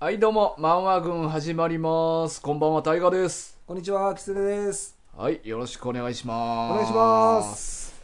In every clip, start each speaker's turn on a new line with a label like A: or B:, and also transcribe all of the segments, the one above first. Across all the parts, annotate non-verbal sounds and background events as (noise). A: はい、どうも、漫画軍始まります。こんばんは、タイガです。
B: こんにちは、キツネです。
A: はい、よろしくお願いします。
B: お願いします。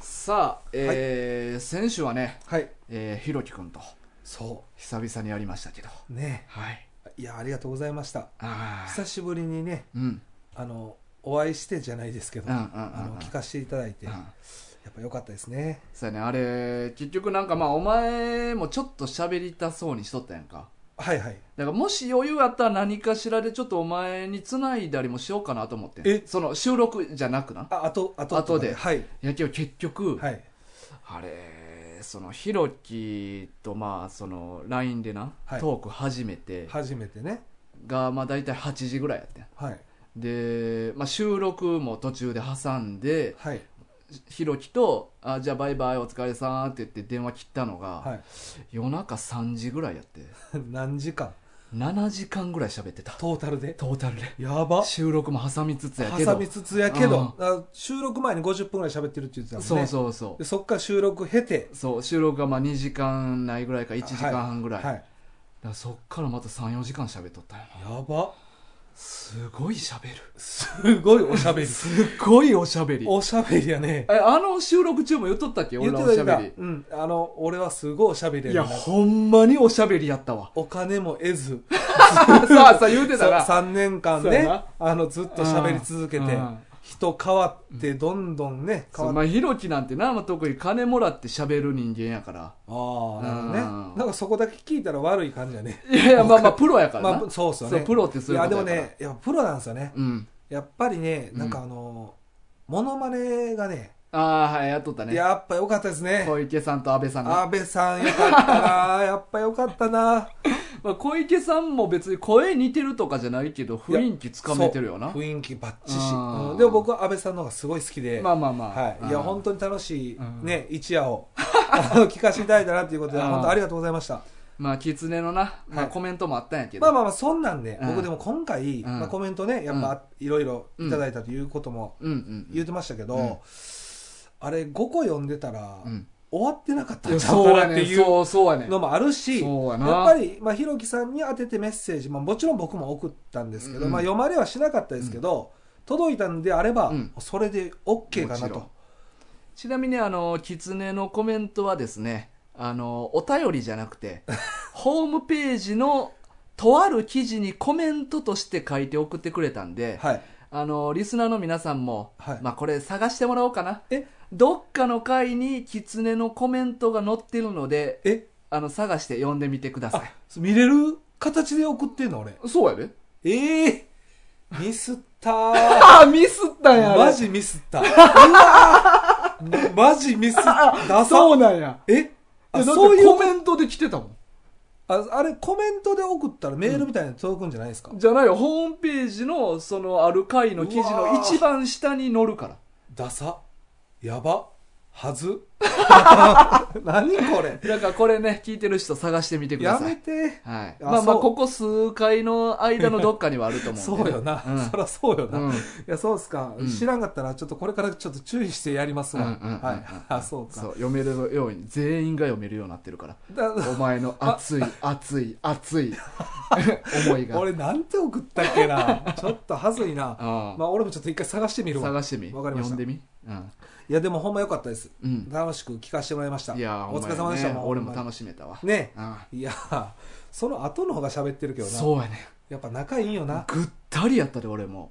A: さあ、えー先週はね、
B: はい。
A: えー、ひろきくんと
B: そ
A: 久々にやりましたけど。
B: う。ね。
A: はい。
B: いや、ありがとうございました。
A: ああ。
B: 久しぶりにね、
A: うん。うん
B: あの、お会いしてじゃないですけど、
A: うんうんうんうん
B: あの、聞かせていただいて、やっぱ良かったですね。
A: そうやね、あれ、結局なんかまあ、お前もちょっと喋りたそうにしとったやんか。
B: はいはい。
A: だからもし余裕あったら何かしらでちょっとお前に繋いだりもしようかなと思ってん
B: え
A: その収録じゃなくな
B: あ、あと、あと、
A: 後で
B: はい。
A: いやけど結局、
B: はい。
A: あれそのひろきとまあその LINE でな、
B: はい
A: トーク始めて
B: 初めてね。
A: がまあ大体8時ぐらいやってん
B: はい。
A: で、まあ、収録も途中で挟んで
B: はい。
A: ひろきとあ「じゃあバイバイお疲れさん」って言って電話切ったのが、
B: はい。 (laughs)
A: 夜中3時ぐらいやって
B: 何時間
A: 7時間ぐらい喋ってた
B: トータルで
A: トータルで
B: やば。
A: 収録も挟みつつやけど
B: 挟みつつやけど、あ収録前に50分ぐらい喋ってるって言ってたもんね。
A: そうそうそう
B: でそっから収録経て、
A: そう収録がまあ2時間ないぐらいか1時間半ぐらい、
B: は
A: だか
B: い。
A: らそっからまた34時間喋っとったよな
B: やば。
A: すごい喋る。
B: すごいお
A: (laughs)
B: しゃべり。
A: すごいおしゃべり。
B: おしゃべりやね。
A: え、あの収録中も言っとったっけ俺
B: 言っ
A: ら
B: て
A: お
B: た
A: しゃ
B: 言ってた
A: べ
B: うん、あの俺はすごいおしゃべり
A: り。い
B: や
A: や、
B: ねんな。
A: ほんまにおしゃべりやったわ
B: お金も得ず
A: (laughs) さあさあ言うてたら。
B: 3年間
A: そうや
B: ね
A: な
B: あのずっとしゃべり続け
A: うんう
B: て
A: ん
B: 人変わってどんどんね変
A: そうま
B: わって
A: あ、ひろきなんてな、まあ、特に金もらって喋る人間やから。
B: ああなるほど
A: うん
B: ねなんかそこだけ聞いたら悪い感じやね
A: いやいや、まあまあ、プロやからな。
B: まあそうっすよね
A: そうプロってそういうこと
B: や
A: や
B: で
A: から
B: もねやっぱプロなんですよね
A: うん。
B: やっぱりね
A: うん
B: なんかあのモノマネがね
A: ああ、はい、やっとったね。
B: やっぱ良かったですね
A: 小池さんと安倍さんが。
B: 安倍さん良かったなやっぱ良かったな
A: まあ、小池さんも別に声似てるとかじゃないけど、雰囲気つかめてるよな
B: そう。雰囲気バッチし
A: うん
B: うんでも僕は安倍さんの方がすごい好きで
A: まあまあまあ。
B: はい、いや本
A: 当
B: 当に楽しい
A: うん、
B: ね、一夜をあの聞かせていただいたなということで、
A: うん
B: 本当ありがとうございました。
A: まあ、狐のな、まあ、
B: はい
A: コメントもあったんやけど。
B: まあまあまあ、そんなんで、
A: うん
B: 僕でも今回、
A: ん
B: まあ、コメントね、やっぱいろいろいただいたということも
A: うんうん。
B: 言ってましたけ
A: うん
B: ど、あれ、5個読んでたら
A: う、ん。
B: 終わってな (laughs) かった
A: い
B: ん
A: や
B: ちゃうか
A: そうや
B: なって
A: ね
B: いう
A: そうそうやね
B: のもあるし、
A: そうやな
B: やっぱり、まあ、ひろきさんに当ててメッセージ、まあ、もちろん僕も送ったんですけど、
A: うん
B: まあ、読まれはしなかったですけど、届いたんであれば、
A: うん
B: それで OK か
A: も
B: な
A: ちろん
B: と。
A: ちなみにあの狐のコメントはですねあのお便りじゃなく
B: (laughs)
A: てホームページのとある記事にコメントとして書いて送ってくれたんで、
B: はい。
A: あのリスナーの皆さんも、
B: はい
A: まあ、これ探してもらおうかな
B: え、
A: どっかの回に狐のコメントが載ってるので
B: え、
A: あの探して読んでみてくださ
B: あ見れる形で送ってんの俺
A: いそうやで
B: ええミスっ
A: (laughs)
B: たー
A: ああミスったんや
B: マジミスったうわーマジミスった
A: (laughs)
B: ダサ
A: うなんや
B: えあ
A: そ
B: そうう
A: い
B: いう
A: コ
B: う
A: メントで来てたもん
B: ああれコメントで送ったらメールみたいなの届くんじゃないですか、
A: じゃないよ、ホームページの、その、ある回の記事
B: うわ
A: の
B: ー
A: 一番下に載るから。
B: ダサやばはず (laughs) 何これ
A: だからこれね、聞いてる人探してみてくだ
B: や
A: さ
B: め
A: い。
B: て
A: はい。
B: あ
A: まあまあ、
B: そう
A: ここ数回の間のどっかにはあると思うん
B: (laughs) そ
A: で
B: うよな、
A: うん
B: そりゃそうよな、
A: うん
B: いやそうっすか、
A: うん
B: 知らんかったらちょっとこれからちょっと注意してやりますわ、
A: うんうんうんうん
B: はいあそうか
A: そう、読めるように、全員が読めるようになってるから。
B: だ
A: お前の
B: (laughs)
A: 熱い、熱い、熱い思いが。
B: 俺なんて送ったっ
A: (laughs)
B: けなちょっとはずいな
A: ああ
B: まあ俺もちょっと一回探してみるわ
A: 探してみ。
B: わかりました
A: 読んでみ。うん。
B: いやでもほんま良かったです、
A: うん
B: 楽しく聞かせてもらいました
A: いやー、
B: お疲れ
A: ほんま
B: 様で
A: や
B: し
A: ね
B: たもん
A: 俺も
B: ほんま
A: 楽しめたわ。
B: にね
A: あ
B: いやその後の方が喋ってるけ
A: あ
B: どな
A: そうやね。
B: やっぱ仲いいよな
A: ぐったりやったで、俺
B: (laughs)
A: も。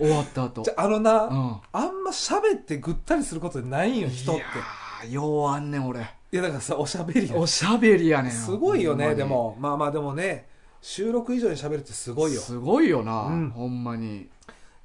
A: 終わった後
B: じ。ゃあのな、
A: うん。
B: あんま喋ってぐったりすることないんよ人って
A: い
B: い
A: や
B: や
A: ーようあんねん俺
B: だからさおしゃべりや
A: おしゃべりやねん
B: すごいよ
A: ほんま
B: ね
A: に
B: でもまあまあでもね収録以上に喋るってすごいよ
A: すごいよな、
B: うん
A: ほんまに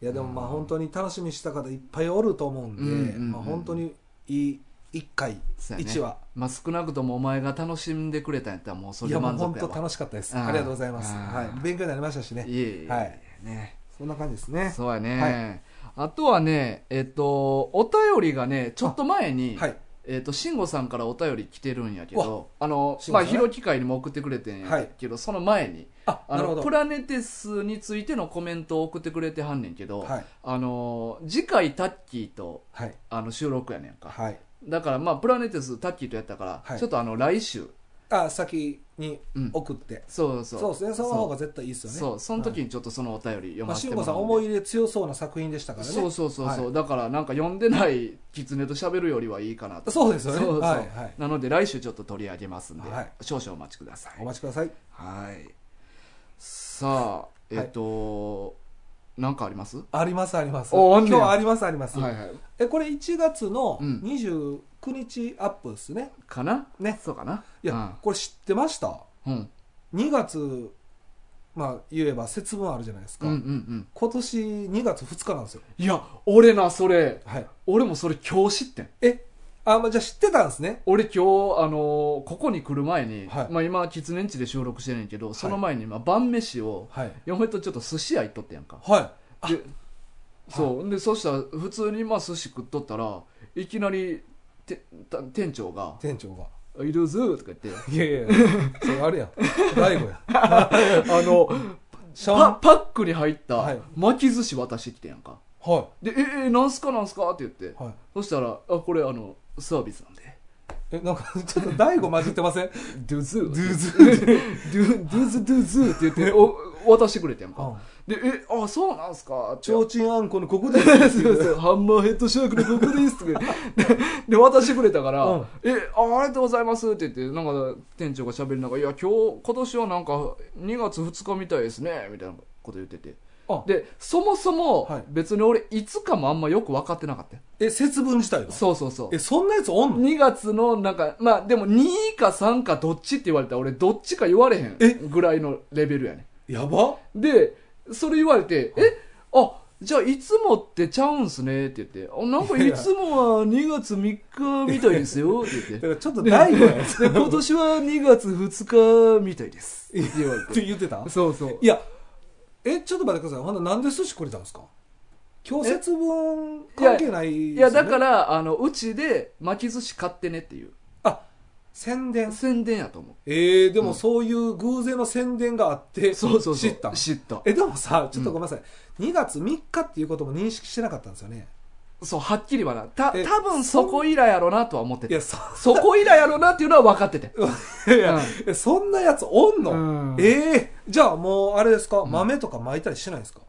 B: いやでもまあ本当に楽しみにした方いっぱいおると思うんで、
A: うんうんうん
B: まあ、本当にいい1回、
A: そうやね
B: 一1話
A: まあ少なくともお前が楽しんでくれたんやったらもうそ
B: い
A: れ
B: や
A: で
B: もう
A: 満
B: 本
A: 足や
B: 当
A: わ
B: 楽しかったです
A: うん
B: ありがとうございます、
A: うん
B: はい、勉強になりましたしね
A: いえいえいえ、
B: はい
A: ね
B: そんな感じですね
A: そうやね、
B: は
A: あとはねえっとお便りがねちょっと前に
B: はい
A: えっと慎吾さんからお便り来てるんやけどあの
B: 慎
A: ま
B: 吾
A: あ
B: さんね
A: 広機会にも送ってくれてんやけど、その前に
B: あ
A: あ
B: なるほ
A: の
B: ど
A: プラネテスについてのコメントを送ってくれてはんねんけど、
B: はい
A: あの次回タッキーと
B: はい
A: あの収録やねんか、
B: はい
A: だからまあプラネテスタッキーとやったから、
B: はい
A: ちょっとあの来週
B: あ先に
A: うん
B: 送って、
A: そうそう
B: そうですねその方が絶対いいですよね
A: そうその時にちょっとそのお便り読
B: ま
A: ま
B: あ、
A: せ
B: 慎
A: ても
B: 吾さ
A: ら
B: ん
A: うんで
B: 思い入れ強そうな作品でしたからね
A: そうそうそうそう、
B: は
A: だからなんか読んでない狐と喋るよりはいいかなと
B: いそうですよね
A: そうそう
B: はいはい
A: なので来週ちょっと取り上げますんで、
B: はい
A: 少々お待ちくださ
B: お
A: い
B: 待ちください
A: はいさあえっ、と、なんかありますは
B: ありますあります
A: おあんね
B: 今
A: や
B: 日はありますあります、
A: はい
B: えこれ1月の
A: うん
B: 29日アップですね、
A: かな
B: ね
A: そうかない
B: や、これ知ってました
A: うん、うん、
B: 2月まあ言えば節分あるじゃないです
A: う
B: か、
A: んうんうん
B: 今年2月2日なんですよ
A: いや俺なそれ
B: はい
A: 俺もそれ今日知ってん
B: えあ、まあ、じゃあ知ってたんですね
A: 俺今日、あのーここに来る前に、
B: はい
A: まあ、今狐んちで収録してんねんけどその前に、まあ、晩飯を
B: はい
A: 嫁とちょっと寿司屋行っとってやんか
B: はいあ
A: でそうでそしたら普通にまあ寿司食っとったらいきなりてた店長が
B: 店長が
A: 「いるぞ」とか言って
B: いやいや (laughs) それあるやん大悟や (laughs)
A: あの
B: シャ
A: パ
B: ン
A: パックに入っ
B: は
A: た
B: い
A: 巻き寿司渡してきてやんか
B: は
A: で「ええなんすかなんすか?」って言って
B: いはい
A: そしたら「あこれあのサービスなんで」
B: えなんか (laughs) ちょっと大悟混じってません
A: 「ドゥズー」
B: ドゥ
A: ドゥド
B: ズ
A: ゥズドゥズー」って言ってお渡してくれてやんかで「えあそうなんすか?」って
B: ちょうちんあんこのここで
A: そうそうハンマーヘッドシャークの僕ですとか言ってでで渡してくれたから「
B: うん
A: えあありがとうございます」って言ってなんか店長が喋りながら「いや今日今年はなんか2月2日みたいですね」みたいなこと言ってて
B: あ
A: でそもそ
B: は
A: も
B: い
A: 別に俺いつかもあんまよく分かってなかったよ
B: え節分自体が
A: そうそうそう
B: えそんなやつおんの
A: 2月のなんかまあでも2か3かどっちって言われたら俺どっちか言われへん
B: え
A: ぐらいのレベルやねん
B: やば
A: で、それ言われて、えあ、じゃあいつもってちゃうんすねって言って、あなんかいつもは2月3日みたいです (laughs) よって言って
B: だか。らちょっと
A: で
B: 大 (laughs) 悟やんっ
A: で今年は2月2日みたいです。って言われ
B: て
A: て。
B: 言ってた
A: そうそう
B: い。やえちょっと待ってくださいほんならなんで寿司くれたんですか今日節分関係ない
A: いや、だからら、あの、うちで巻き寿司買ってねっていう。
B: あ宣伝
A: 宣伝やと思
B: えー、で
A: うん
B: もそういう偶然の宣伝があって
A: う。そうそうそう。
B: 知った
A: 知った。
B: えでもさちょっとごめんなさい、2月3日っていうことも認識してなかったんですよね
A: そう、はっきりはな。た、
B: え
A: 多分そこ以来やろうなとは思って
B: い
A: て。
B: やそ
A: そこ以来やろうなっていうのは分かってて。
B: いやいや
A: うん
B: え (laughs) そんなやつおんの、
A: うん
B: ええじゃあもうあれですか豆とか巻いたりしないんですか、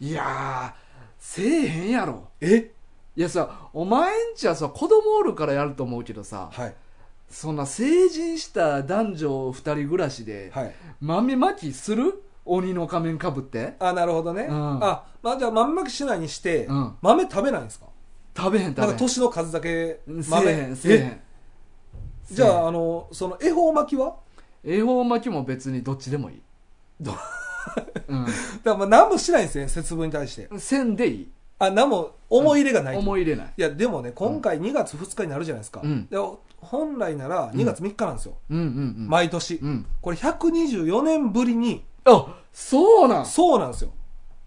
A: いやー、せえへんやろ。
B: え
A: いやさ、お前んちはさ、子供おるからやると思うけどさ、
B: はい
A: そんな成人した男女二人暮らしで、
B: はい
A: 豆まきする鬼の仮面かぶって
B: あなるほどね、
A: うん
B: あ、まあ、じゃあ豆まきしないにして、
A: うん
B: 豆食べないんですか
A: 食べへん食べ
B: な
A: へ
B: ん
A: ん。
B: か年の数だけ
A: うん
B: 豆
A: せえへん、せえへ
B: え
A: ん。
B: じゃああのその恵方巻きは
A: 恵方巻きも別にどっちでもいい。
B: ど
A: (laughs) う
B: だからまあ何もしないんですね節分に対して
A: ん。せんでいい。
B: あ何も思い入れがないと、
A: 思い入れない。
B: いやでもね今回2月2日になるじゃないですか、
A: うん
B: で本来なら2月3日なんですよ、
A: うんうんうん。
B: 毎年、
A: うん。
B: これ124年ぶりに
A: あ、そうなん。
B: そうなんですよ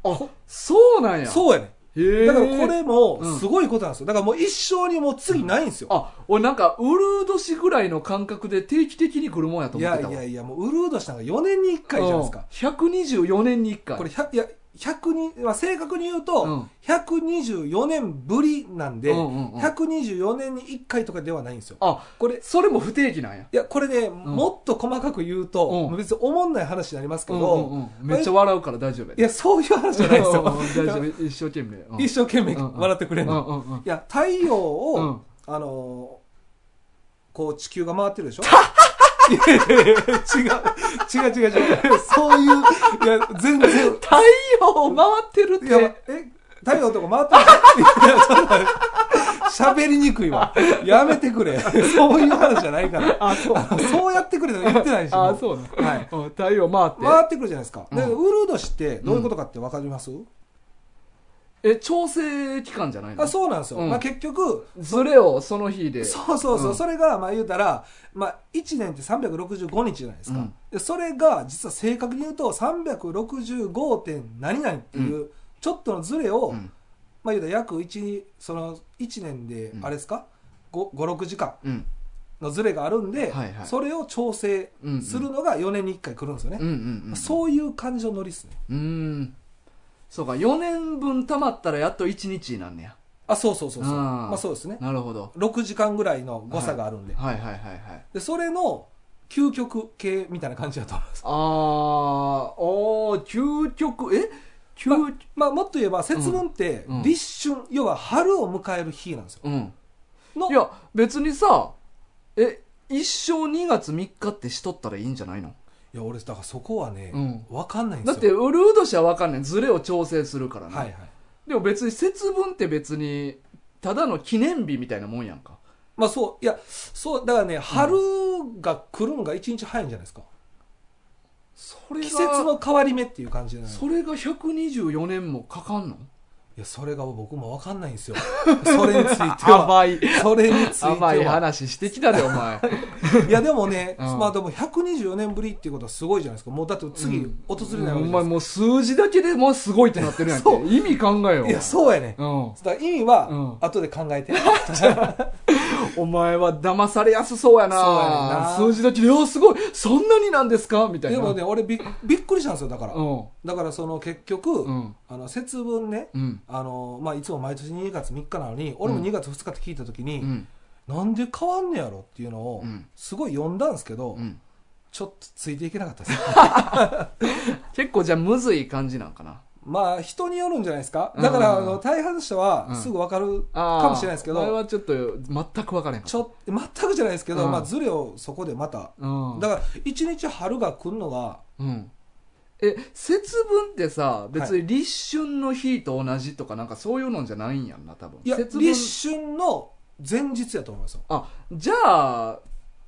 A: あ、そうなんや。
B: そうやね
A: へー
B: だからこれも
A: うん
B: すごいことなんですよだからもう一生にもう次ないんですよ、
A: あ、俺なんか、うるう年ぐらいの感覚で定期的に来るもんやと
B: い
A: 思っ
B: や
A: てたわ。
B: いやいやもうウルードしたのが4年に1回じゃないですか、
A: うん124年に1回
B: これ100いや100に、まあ、正確に言うと、
A: うん
B: 124年ぶりなんで、
A: うんうんうん
B: 124年に1回とかではないんですよ
A: あ
B: これ
A: それも不定期なんや
B: いやこれね、もっと細かく言うと、
A: うん
B: 別におもんない話になりますけ
A: うん
B: ど、
A: うんうんめっちゃ笑うから大丈夫や
B: いやそういう話じゃないですよ
A: うんうん大丈夫一生懸命うん
B: (laughs) 一生懸命
A: うんうん
B: 笑ってくれるの、
A: うんうんうん
B: いや太陽を、
A: うん
B: あのーこう地球が回ってる
A: (laughs)
B: でしょいやいやいや違う違う違う違うそういういや全然
A: 太陽回ってるっ
B: いや
A: て
B: え太陽とか回ってるでしょいやちょっと待って喋りにくいわやめてくれそういう話じゃないから
A: あ (laughs) そう
B: あのそうやってくれとか言ってないしも
A: あ
B: う
A: そうな
B: はい
A: うん太陽回って
B: 回ってくるじゃないですか、で
A: う
B: ウ
A: ん
B: ルード氏ってどういうことかってわかります、
A: え調整期間じゃないの
B: あそうなんですよ、
A: うん
B: まあ、結局
A: ズレをその日で
B: そうそうそう、
A: うん
B: それがまあ言うたら、まあ、1年って365日じゃないですか、
A: うん
B: でそれが実は正確に言うと365. 点何々っていう、ちょっとのズレを、
A: うん
B: まあ言うたら約 1, その1年で
A: うん
B: あれですか、56時間
A: うん
B: のズレがあるんで、
A: はいはい
B: それを調整するのが4年に1回来るんですよね、
A: うんうんうん
B: そういう感じのノリですね
A: うんそうか4年分溜まったらやっと1日なんねや
B: あそうそうそうそう
A: あー
B: まあそうですね
A: なるほど
B: 6時間ぐらいの誤差があるんで、
A: はいはいはいはい
B: でそれの究極系みたいな感じだと思います。
A: あーおー究極え究、
B: まあ、もっと言えば節分って
A: うん
B: 立春、要は春を迎える日なんですよ。
A: うん
B: の
A: いや別にさえ一生2月3日ってしとったらいいんじゃないの
B: いや俺だからそこはね、
A: うん
B: わかんないんで
A: だ
B: す
A: って
B: よ
A: ウルード氏は分かんないズレを調整するからね、
B: はいはい
A: でも別に節分って別にただの記念日みたいなもんやんか
B: まあそういやそうだからね春が来るんが一日早いんじゃないですか、
A: それが
B: 季節の変わり目っていう感じじゃない
A: それが124年もかかんの
B: いやそれが僕もわかんないんですよそれについては
A: 甘い
B: (laughs) それについて
A: 甘い
B: は
A: 話してきたでお前
B: いやでもね、
A: うん
B: まあでも124年ぶりっていうことはすごいじゃないですかもうだって次
A: うん
B: 訪れ
A: お
B: ないわけじゃない
A: 前もう数字だけでもうすごいってなってるやんけ
B: そう
A: 意味考えよ
B: いやそうやね、
A: う、うん、
B: だから意味は
A: うん
B: 後で考えて、
A: お前は騙されやすそうやな
B: そうやねんな
A: 数字だけで「いやすごいそんなになんですか?」みたい
B: で
A: な
B: もね俺びっびっくりしたんですよだから、
A: うん
B: だからその結局、
A: うん
B: あの節分ね、
A: うん
B: あのまあ、いつも毎年2月3日なのに俺も
A: うん
B: 2月2日って聞いた時に、
A: うん
B: なんで変わんねやろっていうのを
A: うん
B: すごい読んだんですけど、
A: うん
B: ちょっとついていけなかったです (laughs)
A: 結構じゃあむずい感じなんかな
B: まあ人によるんじゃないですかだから、
A: うん
B: あの大半の人
A: う
B: は
A: ん
B: すぐ分かる
A: あー
B: かもしれないですけど、
A: お前はちょっと全く分からへん
B: ちょっと全くじゃないですけど、
A: うん
B: まあ、ズレをそこでまた、
A: うん
B: だから一日春が来るのが
A: うんえ節分ってさ別に立春の日と同じとかなんかそういうのじゃないんやんな多分
B: いや
A: 節分
B: 立春の前日やと思いますよ
A: あじゃあ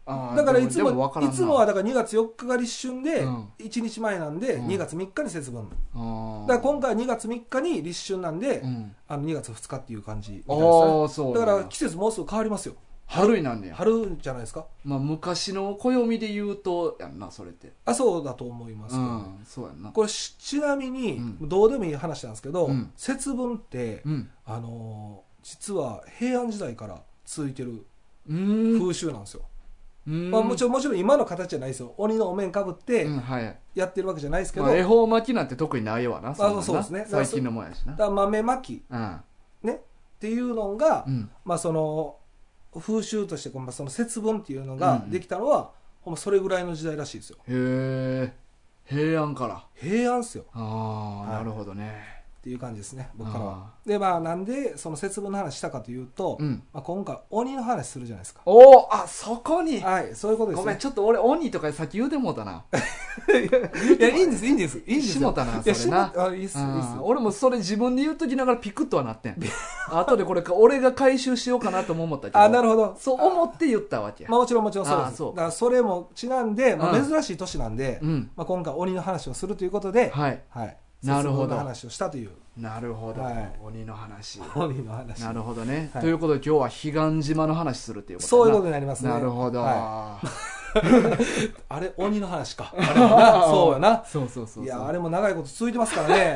A: あー
B: だから
A: で
B: いつ
A: で
B: も
A: 分からん
B: い
A: な
B: つもはだから2月4日が立春で、
A: うん
B: 1日前なんで
A: うん
B: 2月3日に節分、
A: あー
B: だから今回は2月3日に立春なんで、
A: うん
B: あの2月2日っていう感じみ
A: あ
B: たいですね
A: ーそうだ
B: だから季節もうすぐ変わりますよ
A: 春になんねや
B: 春じゃないですか
A: まあ、昔の暦で言うとやんなそれって
B: あそうだと思います
A: う
B: けど、
A: んそうやんな
B: これしちなみに、
A: う
B: どうでもいい話なんですけど、
A: うん
B: 節分って、
A: うん
B: あのー実は平安時代から続いてる
A: うーん
B: 風習なんですよ、
A: うん
B: まあ、もちろんもちろん今の形じゃないですよ鬼のお面かぶって
A: うんはい
B: やってるわけじゃないですけど、
A: まあ、恵方巻きなんて特にないわななんな
B: そうですね
A: 最近のもんやしな
B: だから豆まき
A: うん
B: ねっていうのが、
A: うん
B: まあその風習としてこう、まあ、その節分っていうのが
A: うん
B: できたのは、ほんまそれぐらいの時代らしいですよ
A: へえ平安から
B: 平安っすよ
A: ああ、
B: はい
A: なるほどね
B: っていう感じですね僕からは
A: あ
B: でまあなんでその節分の話したかというと、
A: うん
B: まあ、今回鬼の話するじゃないですか
A: おおあそこに
B: はいそういうことです
A: ごめん
B: ね
A: ちょっと俺鬼とかさっき言うてもうた
B: (laughs)
A: な
B: いやいいんですいいんですいいんです
A: しもたない
B: や
A: それな
B: しもあいいっすいいっす
A: うん俺もそれ自分で言うときながらピクッとはなって
B: (laughs)
A: ん後でこれか俺が回収しようかなとも思ったけど
B: あなるほど
A: そう思って言ったわけや、
B: まあ、もちろんもちろんそうで
A: あ
B: す
A: そう
B: だからそれもちなんで、まあ、
A: うん
B: 珍しい年なんで、
A: うん
B: まあ、今回鬼の話をするということで、
A: はい
B: はい、
A: なるほど
B: 節分の話をしたという
A: なるほど、
B: はい
A: 鬼の話
B: 鬼の話
A: なるほどね、
B: はい
A: ということで今日は彼岸島の話するっていうこと
B: そういうこと
A: で
B: になりますね
A: なるほど、
B: は
A: (laughs) はい
B: いあれ鬼の
A: (laughs)
B: 話かあれもなそうやな
A: そうそうそうそう
B: いやあれも長いこと続いてますから
A: (laughs)
B: ね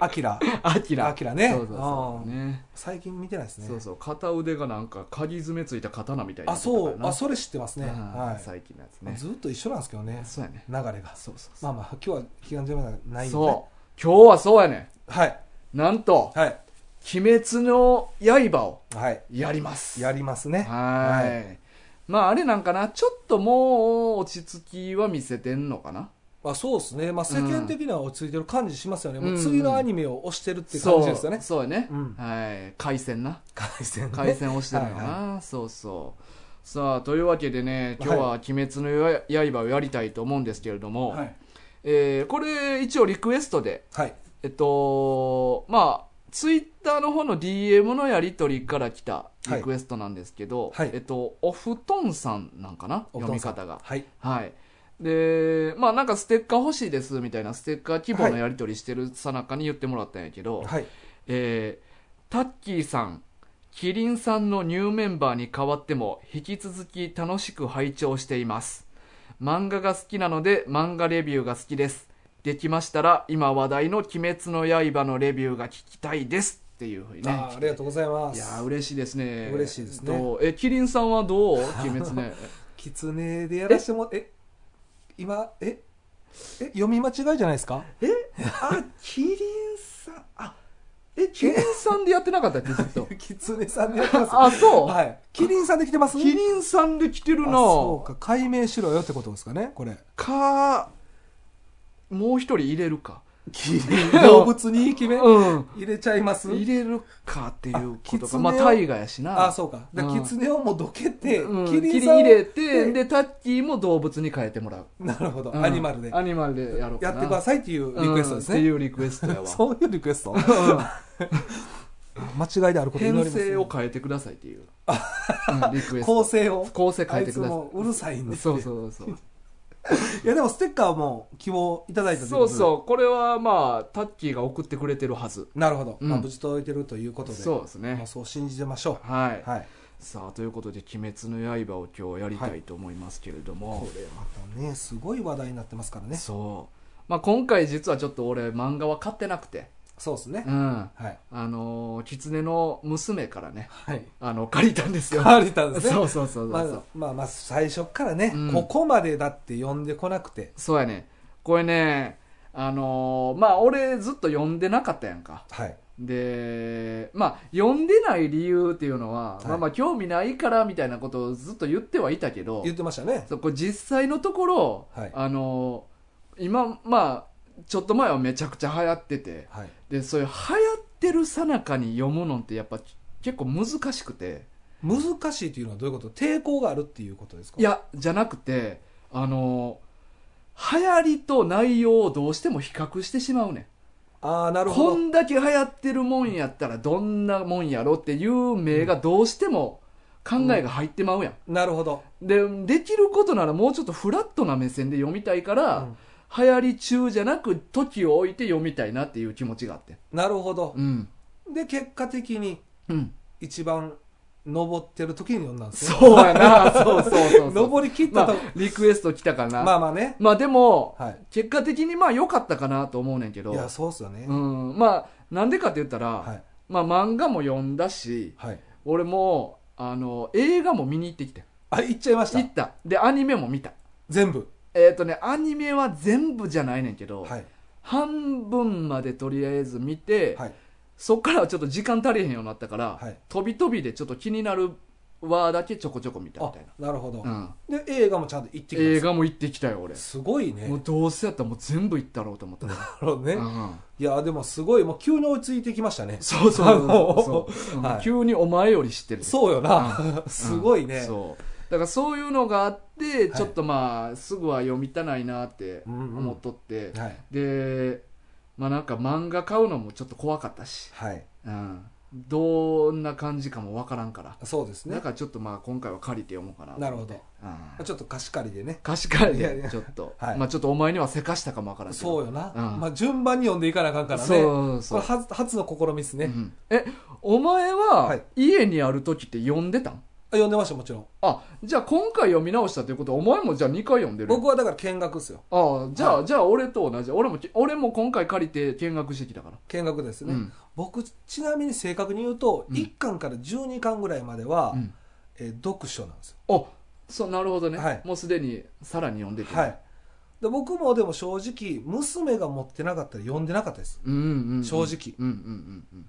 B: あきら
A: アキラ
B: アキラね
A: そうそうそうね
B: 最近見てないですね
A: そうそう片腕がなんか鍵爪ついた刀みたいな
B: あそうあ
A: う
B: それ知ってますね、は
A: 最近のやつ
B: い
A: ね
B: ずっと一緒なんですけどね
A: そうやね
B: 流れが
A: そうそう
B: まあまあ今日は悲願じゃないんで、ね
A: そ、う今日はそうやね
B: はい
A: なんと
B: はい
A: 「鬼滅の刃」を
B: はい
A: やります
B: やりますね
A: はーいまああれなんかなちょっともう落ち着きは見せてんのかな
B: まあ、そうですね、まあ、世間的には落ち着いてる感じしますよね、
A: うん
B: もう次のアニメを推してるって感じですよね、
A: そうそうやね、
B: うん
A: はい回線な
B: 回線
A: 回線をしてるのかな、
B: (laughs) は
A: そうそうさあというわけでね今日は「鬼滅の刃」をやりたいと思うんですけれども、
B: はい、
A: えーこれ一応リクエストで
B: はい、
A: えっとまあツイッターの方の DM のやり取りから来たリクエストなんですけど、
B: はいはい
A: えっと、お布団さんなんかな
B: お
A: 読
B: 父
A: み
B: さん
A: 方が
B: はい
A: はい。で、まあなんかステッカー欲しいですみたいなステッカー希望
B: は
A: の
B: い
A: やり取りしてるさなかに言ってもらったんやけど、
B: はい
A: えータッキーさん、キリンさんのニューメンバーに変わっても引き続き楽しく拝聴しています。漫画が好きなので漫画レビューが好きです。できましたら今話題の鬼滅の刃のレビューが聞きたいですっていうふうにね。
B: あーありがとうございま
A: い
B: す
A: やー嬉しいですね。
B: 嬉しいですね
A: どうえ、キリンさんはどう鬼滅
B: (laughs)
A: ね。
B: キツネでやらしてもえ今ええ読み間違いじゃないですか
A: えあキリンさんあえキリンさんでやってなかったっけずっと
B: (laughs) キキツネさんでやってます。
A: あそう
B: はい。キリンさんで来てます
A: キリンさんで来てる
B: あ
A: な
B: そうか。解明しろよってことですかね、これ。
A: かもう一人入れるか
B: キリン。動物に決め
A: うん
B: 入れちゃいます
A: 入れるかっていうこ
B: あ
A: と
B: キ
A: か
B: ツネを
A: まあ大河やしな
B: あ、そうか。だから
A: うん
B: キツネをもうどけて、
A: うん
B: キ
A: 切
B: リ
A: り
B: ンさんを
A: 入れてでタッキーも動物に変えてもらう、
B: なるほど。
A: うん
B: アニマルで。
A: アニマルでやろうか
B: や
A: な
B: ってくださいっていうリクエス
A: う
B: トです
A: んってい
B: ね。
A: うリクエストやわ
B: そういうリクエス (laughs) ト間違いであることにな
A: 編
B: りますね。
A: 成を変えてくださいっていう、うんリクエス
B: 構
A: ト
B: 成を。
A: 構成
B: あ
A: 変え
B: い
A: て
B: つ
A: くださ
B: もうるさいん
A: い
B: で。
A: そうそう
B: (laughs)
A: そう
B: いやでもステッカーも希望いただいたとい
A: そう
B: うこ
A: そうこれはまあタッキーが送ってくれてるはず
B: とで。なるほど。
A: うん
B: まあ無事届いてるということで。
A: そうですね
B: まあそう信じてましょ
A: はい、
B: う。はい。
A: さあということで「鬼滅の刃」を今日やりたいと思いますけれども、
B: これまたね、すごい話題になってますからね。
A: そう、まあ、今回実はちょっと俺漫画は買ってなくて
B: そうですね
A: う。ん
B: はい。
A: あのー狐の娘からね
B: はい。
A: あの借りたんです
B: (laughs)
A: よ
B: ありたんですね。
A: そうそうそうそう、
B: まあ、まあ、まあ、最初からね、
A: うん
B: ここまでだって呼んでこなくて。
A: そうやねこれねあのーまあ俺ずっと読んでなかったやんか
B: はい。
A: でまあ読んでない理由っていうのは、
B: はい
A: まあまあ興味ないからみたいなことをずっと言ってはいたけど
B: 言ってましたね。
A: そこ実際のところ、
B: はい
A: あのー今まあちょっと前はめちゃくちゃ流行ってて
B: はい。
A: でそういう流行ってる最中に読むのってやっぱ結構難しくて
B: 難しいというのはどういうこと抵抗があるっていうことですか
A: いやじゃなくてあのー流行りと内容をどうしても比較してしまうねん
B: ああ、なるほ
A: こ
B: ど。
A: んだけ流行ってるもんやったらどんなもんやろっていう目がどうしても考えが入ってまうやん、
B: なるほど。
A: でできることならもうちょっとフラットな目線で読みたいか
B: う
A: ら、
B: ん
A: 流行り中じゃなく時を置いて読みたいなっていう気持ちがあって
B: なるほど。
A: うん
B: で、結果的に
A: うん
B: 一番登ってる時に呼んだんですね。
A: そうやなそうそうそうそう
B: 登り切っ
A: ま
B: た
A: あ
B: と。
A: リクエスト来たかな、
B: ま
A: まあ、
B: あまあね。
A: でも、
B: はい。
A: 結果的にまあ良かったかなと思うねんけど
B: いや、そうっすよね
A: う。んまあなんでかって言ったら、
B: はい。
A: まあ漫画も読んだし
B: はい。
A: 俺もあの映画も見に行ってきて
B: あ、行っちゃいまし。
A: 行ったたでアニメも見た
B: 全部。
A: えっ、とねアニメは全部じゃないねんけど、
B: はい。
A: 半分までとりあえず見て、
B: はい。
A: そっからはちょっと時間足りへんようになったから、
B: はい
A: 飛び飛びでちょっと気になるワーだけちょこちょこ見たみ
B: あ
A: たい、
B: なるほど。
A: な、
B: で、映画もちゃんと行っ
A: う
B: て
A: ん、
B: きたんで
A: 映
B: すか
A: 画も行ってきたよ俺、
B: すごいね。
A: もうどうせやったらもう全部行ったろうと思ったから、
B: なるほどね。 (laughs)
A: うん
B: いや、でもすごい、もう急に追いついてきましたね。
A: そうそう
B: あ
A: そう
B: の
A: そううん
B: はい
A: 急にお前より知ってる
B: そうよな。すごい
A: うん
B: ね。
A: そうだからそういうのがあってちょっとまあすぐは読みたないなって
B: うんうん
A: 思っとって、
B: はい。
A: でまあなんか漫画買うのもちょっと怖かったし、
B: はい。
A: うん、どんな感じかもわからんから、
B: そうです
A: だ
B: ね。
A: からちょっとまあ今回は借りて読もうかな
B: なるほ
A: う
B: ど。
A: ん
B: ちょっと貸し借りでね。
A: 貸し借り
B: いやい
A: で
B: や
A: ちょっと、
B: はい
A: まあちょっとお前にはせかしたかもわからんけど
B: そうよな。
A: うん
B: まあ、順番に読んでいかなあかんからね。こ
A: そうそ
B: れ
A: うそう
B: 初、初の試みです
A: う
B: ね。
A: んえお前
B: は
A: はい家にある時って読んでたん、
B: あ読んでました、もちろん。
A: あじゃあ今回読み直したということはお前もじゃあ2回読んでる
B: 僕はだから見学ですよ。
A: ああじゃあ、
B: は
A: じゃあ俺と同じ俺も俺も今回借りて見学してきたから、
B: 見学です
A: う
B: ね。
A: ん
B: 僕、ちなみに正確に言うと、
A: うん
B: 1巻から12巻ぐらいまでは、
A: うん、
B: えー読書なんですよ。
A: あそうなるほどね、
B: はい
A: もうすでにさらに読んでてる
B: はい。で僕もでも正直、娘が持ってなかったら読んでなかったです。
A: うんうんうん、
B: 正直
A: うんうんうんうん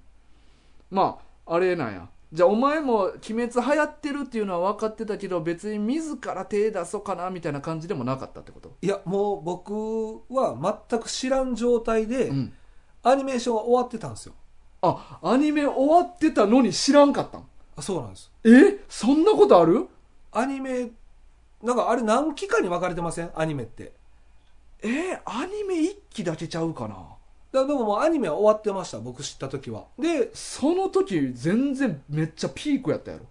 A: まああれなんやじゃあお前も「鬼滅流行ってる」っていうのは分かってたけど別に自ら手出そうかなみたいな感じでもなかったってこと
B: いや、もう僕は全く知らん状態で、
A: うん
B: アニメーションが終わってたんですよ。
A: あアニメ終わってたのに知らんかったん
B: あそうなんです。
A: えそんなことある
B: アニメ、なんかあれ何期かに分かれてませんアニメって。
A: えーアニメ1期だけちゃうかな
B: だでももうアニメは終わってました、僕知った時は。で、
A: その時全然めっちゃピークやったやろ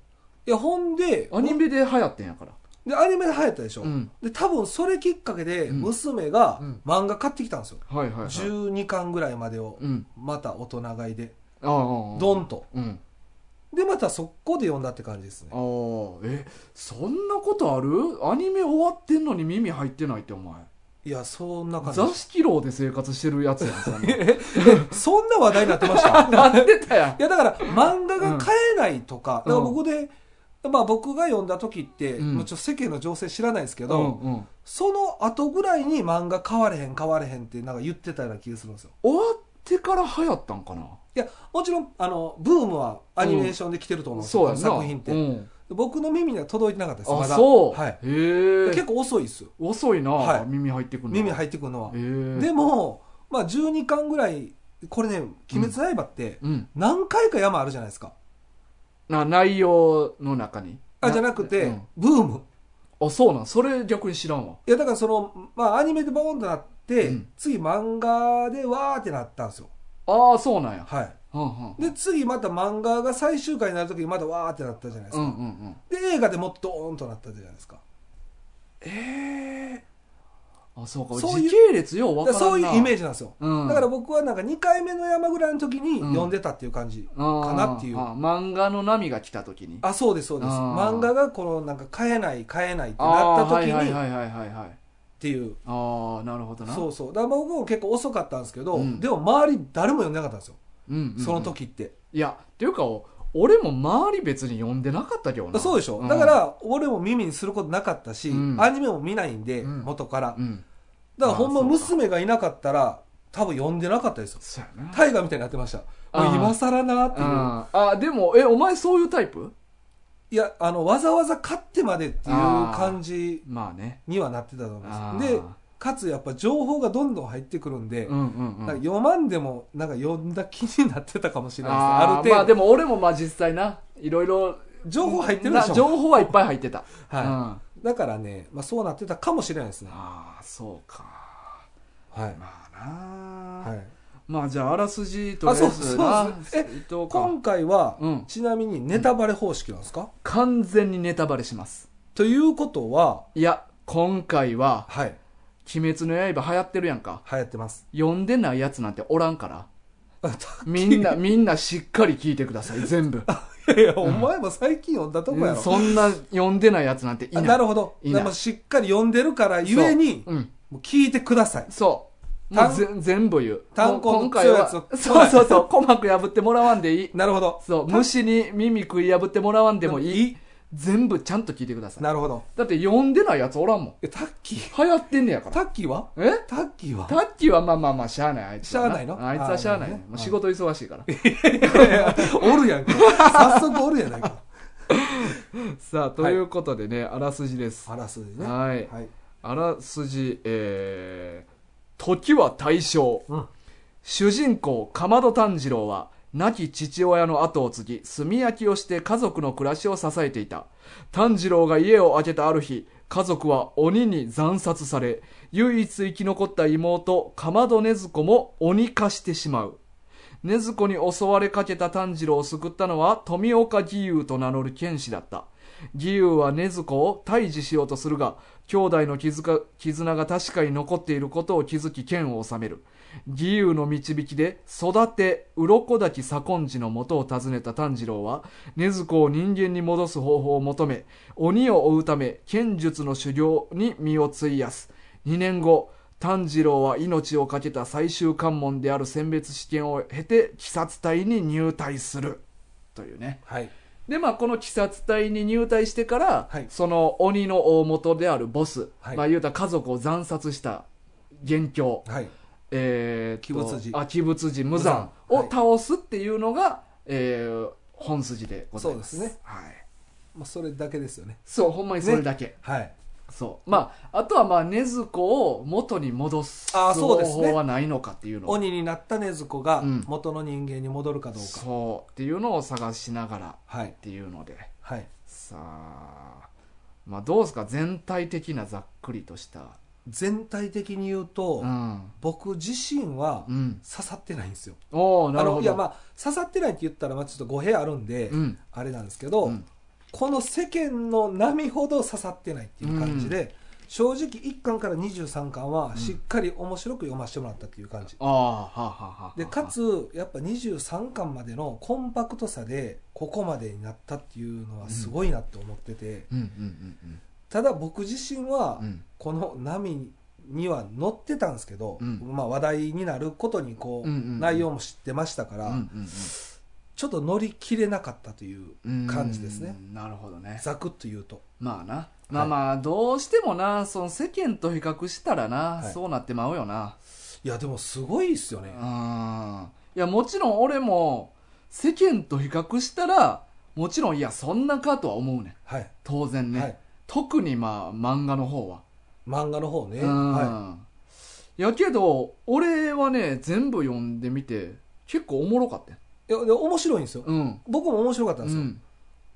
B: いや、ほんで、
A: アニメで流行ってんやから。
B: で、アニメで流行ったでしょ。
A: うん
B: で、多分それきっかけで、
A: うん
B: 娘が
A: うん
B: 漫画買ってきたんですよ。
A: はいはいはい。
B: 12巻ぐらいまでを、
A: うん。
B: また大人買いで、
A: ああ。
B: ドンと。
A: うん。
B: で、またそこで読んだって感じです
A: あ
B: ね。
A: あ。え、そんなことあるアニメ終わってんのに耳入ってないってお前。
B: いや、そんな感じ
A: 座。敷牢で生活してるやつやん、そんな
B: (laughs) ええ (laughs) そんな話題になってました
A: (laughs) なってたやん
B: い。やだから漫画が買えないとか、
A: うん
B: だからここで、まあ、僕が読んだ時って、
A: うん
B: まあちょっと世間の情勢知らないですけ
A: う
B: ど、
A: んうん。
B: その後ぐらいに漫画買われへん買われへんってなんか言ってたような気がするんですよ
A: 終わってから流行ったんかな
B: いやもちろんあのブームはアニメーションで来てると思うんですよ、
A: そうや
B: こ
A: ん
B: の
A: な
B: 作品って、
A: うん
B: 僕の耳には届いてなかったです
A: あ
B: まだ
A: そう、
B: はい、
A: へえ
B: 結構遅いですよ
A: 遅いな、
B: はい
A: 耳入ってくるの
B: 耳入ってくるのは、
A: へえ
B: でも、まあ、12巻ぐらいこれね「鬼滅の刃」って
A: うん
B: 何回か山あるじゃないですか
A: な内容の中に
B: あじゃなくて、
A: うん
B: ブーム
A: あそうなんそれ逆に知らんわ
B: いやだからその、まあ、アニメでボーンとなって、
A: うん
B: 次漫画でわーってなったんですよ
A: ああそうなんや、
B: はい
A: うんうん、
B: で次また漫画が最終回になる時にまたわーってなったじゃないです
A: う
B: か、
A: んうんうん
B: で映画でもっとドーンとなったじゃないですか
A: ええあそうか
B: そういう
A: 時系列よう
B: だ
A: わ
B: か
A: からら
B: そういうイメー
A: ジ、
B: ジなんですよ、
A: うん、
B: だから僕はなんか2回目の山ぐらいの時に
A: うん
B: 読んでたっていう感じ、
A: か
B: なっていう
A: 漫画の波が来た時に
B: あそうですそうで
A: あ
B: す
A: ー
B: 漫画がこのなんか変えない変えないってな
A: あ
B: った時に、
A: ーはい
B: っ
A: はいはいはいはい
B: ていう
A: ああなるほどな、
B: そううそうだから僕も結構遅かったんですけど、
A: うん
B: でも周り誰も読んでなかったんですよ、
A: うんうんうん
B: その時って、
A: いやっていうかお俺も周り別に呼んでなかったけどな
B: そうでしょ、
A: ん
B: だから俺も耳にすることなかったし、
A: うん
B: アニメも見ないんで、
A: うん
B: 元から
A: うん
B: だからほんま
A: あーそうか
B: 娘がいなかったら多分読んでなかったですよ
A: そうやな
B: 大河みたいになってました
A: あー
B: もう今更なーっていう
A: あーあーでもえお前そういうタイプ
B: いやあのわざわざ買ってまでっていう感じ
A: まあね
B: にはなってたと思い
A: あ
B: ま
A: ー
B: すでかつやっぱ情報がどんどん入ってくるんで、
A: うんうんうん
B: なんか読まんでもなんか読んだ気になってたかもしれないですねあ
A: あー
B: る程度、
A: まあでも俺もまあ実際ないろいろ
B: 情報入ってるでし
A: な
B: ょ
A: 情報はいっぱい入ってたうん、
B: は
A: あ
B: いだからね、まあ、そうなってたかもしれないですね
A: あそうか
B: はい、
A: まあなあ、
B: はい、
A: まあじゃああらすじとりあえ
B: あそう
A: ず
B: そう
A: な
B: そうえ
A: 言っとこうか
B: 今回は、
A: うん
B: ちなみにネタバレ方式なんですか、
A: 完全にネタバレします
B: ということはい
A: や今回は
B: はい
A: 「鬼滅の刃」流行ってるやんか
B: 流行ってます
A: 読んでないやつなんておらん (laughs) から
B: あ
A: みんなみんなしっかり聞いてください全 (laughs) 部
B: いやいやお前も最近読んだとこやろ、
A: そんな読んでないやつなんていな
B: あ
A: い
B: なるほど
A: いない
B: だからしっかり読んでるからゆえに
A: そううん
B: もう聞いてください
A: そう。も
B: 単
A: うぜ全部言う。
B: 単行の
A: もう今回 (laughs) は、
B: 強いやつを
A: そうそうそう、鼓膜破ってもらわんでいい。
B: なるほど
A: そう、虫に耳食い破ってもらわんでもいい。
B: い
A: 全部ちゃんと聞いてください。
B: なるほど
A: だって読んでないやつおらんもん。
B: えタッキー
A: 流行ってんねやか
B: タ
A: ら。
B: ッキーは
A: え
B: タッキーは
A: タッキーはまあまあまあ、しゃあない、あいつは。
B: しゃあないの
A: あいつはしゃあないね
B: あーなるほどね。
A: もう仕事忙しいから。
B: (laughs) おるやんか早速おるやないか
A: (laughs) さあ、ということでね、あらすじです。
B: あらすじねは
A: はい。
B: い
A: あらすじ、えー、時は大正。
B: うん
A: 主人公、かまど炭治郎は、亡き父親の後を継ぎ、炭焼きをして家族の暮らしを支えていた。炭治郎が家を開けたある日、家族は鬼に惨殺され、唯一生き残った妹、かまど禰豆子も鬼化してしまう。禰豆子に襲われかけた炭治郎を救ったのは富岡義勇と名乗る剣士だった。義勇は禰豆子を退治しようとするが、兄弟の絆が絆が確かに残っていることを気づき剣を治める。義勇の導きで育て鱗滝左近寺の元を訪ねた炭治郎は禰豆子を人間に戻す方法を求め鬼を追うため剣術の修行に身を費やす2年後炭治郎は命を懸けた最終関門である選別試験を経て鬼殺隊に入隊するというね
B: はい
A: でまあこの鬼殺隊に入隊してから、
B: はい
A: その鬼の大元であるボス、
B: はい
A: まあ言うたら家族を惨殺した元凶
B: はい
A: えー、と
B: 鬼仏寺
A: あ鬼仏寺無惨
B: 無
A: を
B: 惨
A: 倒すっていうのが、えー本筋でございます
B: そうですね
A: はい、
B: まあそれだけですよね
A: そうほんまにそれだけ、
B: はい
A: そうまああとはまあ禰豆子を元に戻す
B: あー
A: 方
B: そうですね
A: 法はないのかっていうのを
B: 鬼になった禰豆子が
A: うん
B: 元の人間に戻るかどうか、
A: そうっていうのを探しながらっ
B: はい
A: ていうので
B: はい
A: さあまあどうですか全体的なざっくりとした
B: 全体的に言うと、
A: うん
B: 僕自身は
A: う
B: 刺
A: ん
B: さってないんですよ、
A: おおなる
B: あ
A: ほ
B: の
A: ど
B: いやまあ刺さってないって言ったらまあちょっと語弊あるんで、
A: うん
B: あれなんですけど、
A: うん
B: この世間の波ほど刺さってないっていう感じで、正直1巻から23巻はしっかり面白く読ませてもらったっていう感じ、
A: ああはあはあはあはあ
B: でかつやっぱ23巻までのコンパクトさでここまでになったっていうのはすごいなって思ってて、
A: うんうんうん
B: ただ僕自身は
A: うんうん
B: この波には乗ってたんですけど、
A: うん
B: まあ、話題になることにこう、
A: うんうんうん
B: 内容も知ってましたから、
A: うんうん
B: ちょっと乗り切れなかったという
A: うん
B: 感じですね、
A: うんなるほどね
B: ざくっと言うと
A: まあなまあまあどうしてもなその世間と比較したらな、
B: はい
A: そうなってまうよない
B: やでもすごいですよね
A: うんいやもちろん俺も世間と比較したらもちろんいやそんなかとは思うねん
B: はい、
A: 当然ね、
B: はい、
A: 特にまあ漫画の方は、
B: 漫画の方ね、
A: うん、、
B: はい
A: やけど俺はね全部読んでみて結構おもろかったよ
B: い、いやで面白いんですよ、
A: うん
B: 僕も面白かったん
A: う
B: ですよ、
A: ん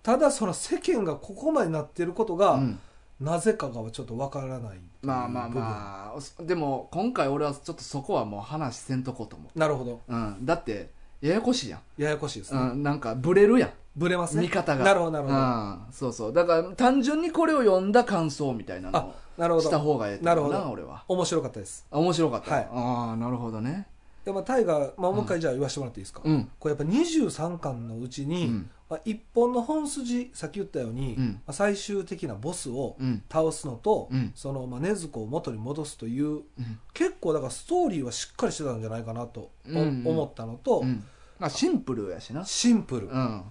B: ただその世間がここまでなってることが、
A: うん
B: なぜかがちょっとわからない
A: まあまあ
B: あ
A: まあでも今回俺はちょっとそこはもう話せんとこうと思
B: なるほど
A: う、うん、だってややこしいやん、
B: ややこしいです
A: う
B: ね、
A: ん、なんかブレるやん
B: ブレますね
A: 見方が
B: なるほどなるほど、
A: うん、そうそうだから単純にこれを読んだ感想みたいなの
B: あな
A: を
B: るほ
A: した
B: ど
A: 方がええと
B: なる
A: 思う
B: ほ
A: な
B: ど
A: 俺は
B: 面白かったです
A: あ面白かった、
B: はい
A: ああなるほどね
B: でまあ大河、まあ、もう一回じゃあ言わせてもらっていいですか、
A: うん
B: これやっぱ23巻のうち
A: う
B: に、
A: ん
B: まあ、一本の本筋さっき言ったように、
A: うん
B: まあ、最終的なボスを
A: うん
B: 倒すのと、
A: うん
B: その、まあ、禰豆子を元に戻すという
A: うん
B: 結構だからストーリーはしっかりしてたんじゃないかなとお
A: うんうん
B: 思ったのと、
A: うんまあシンプルやしな
B: シンプル、
A: うん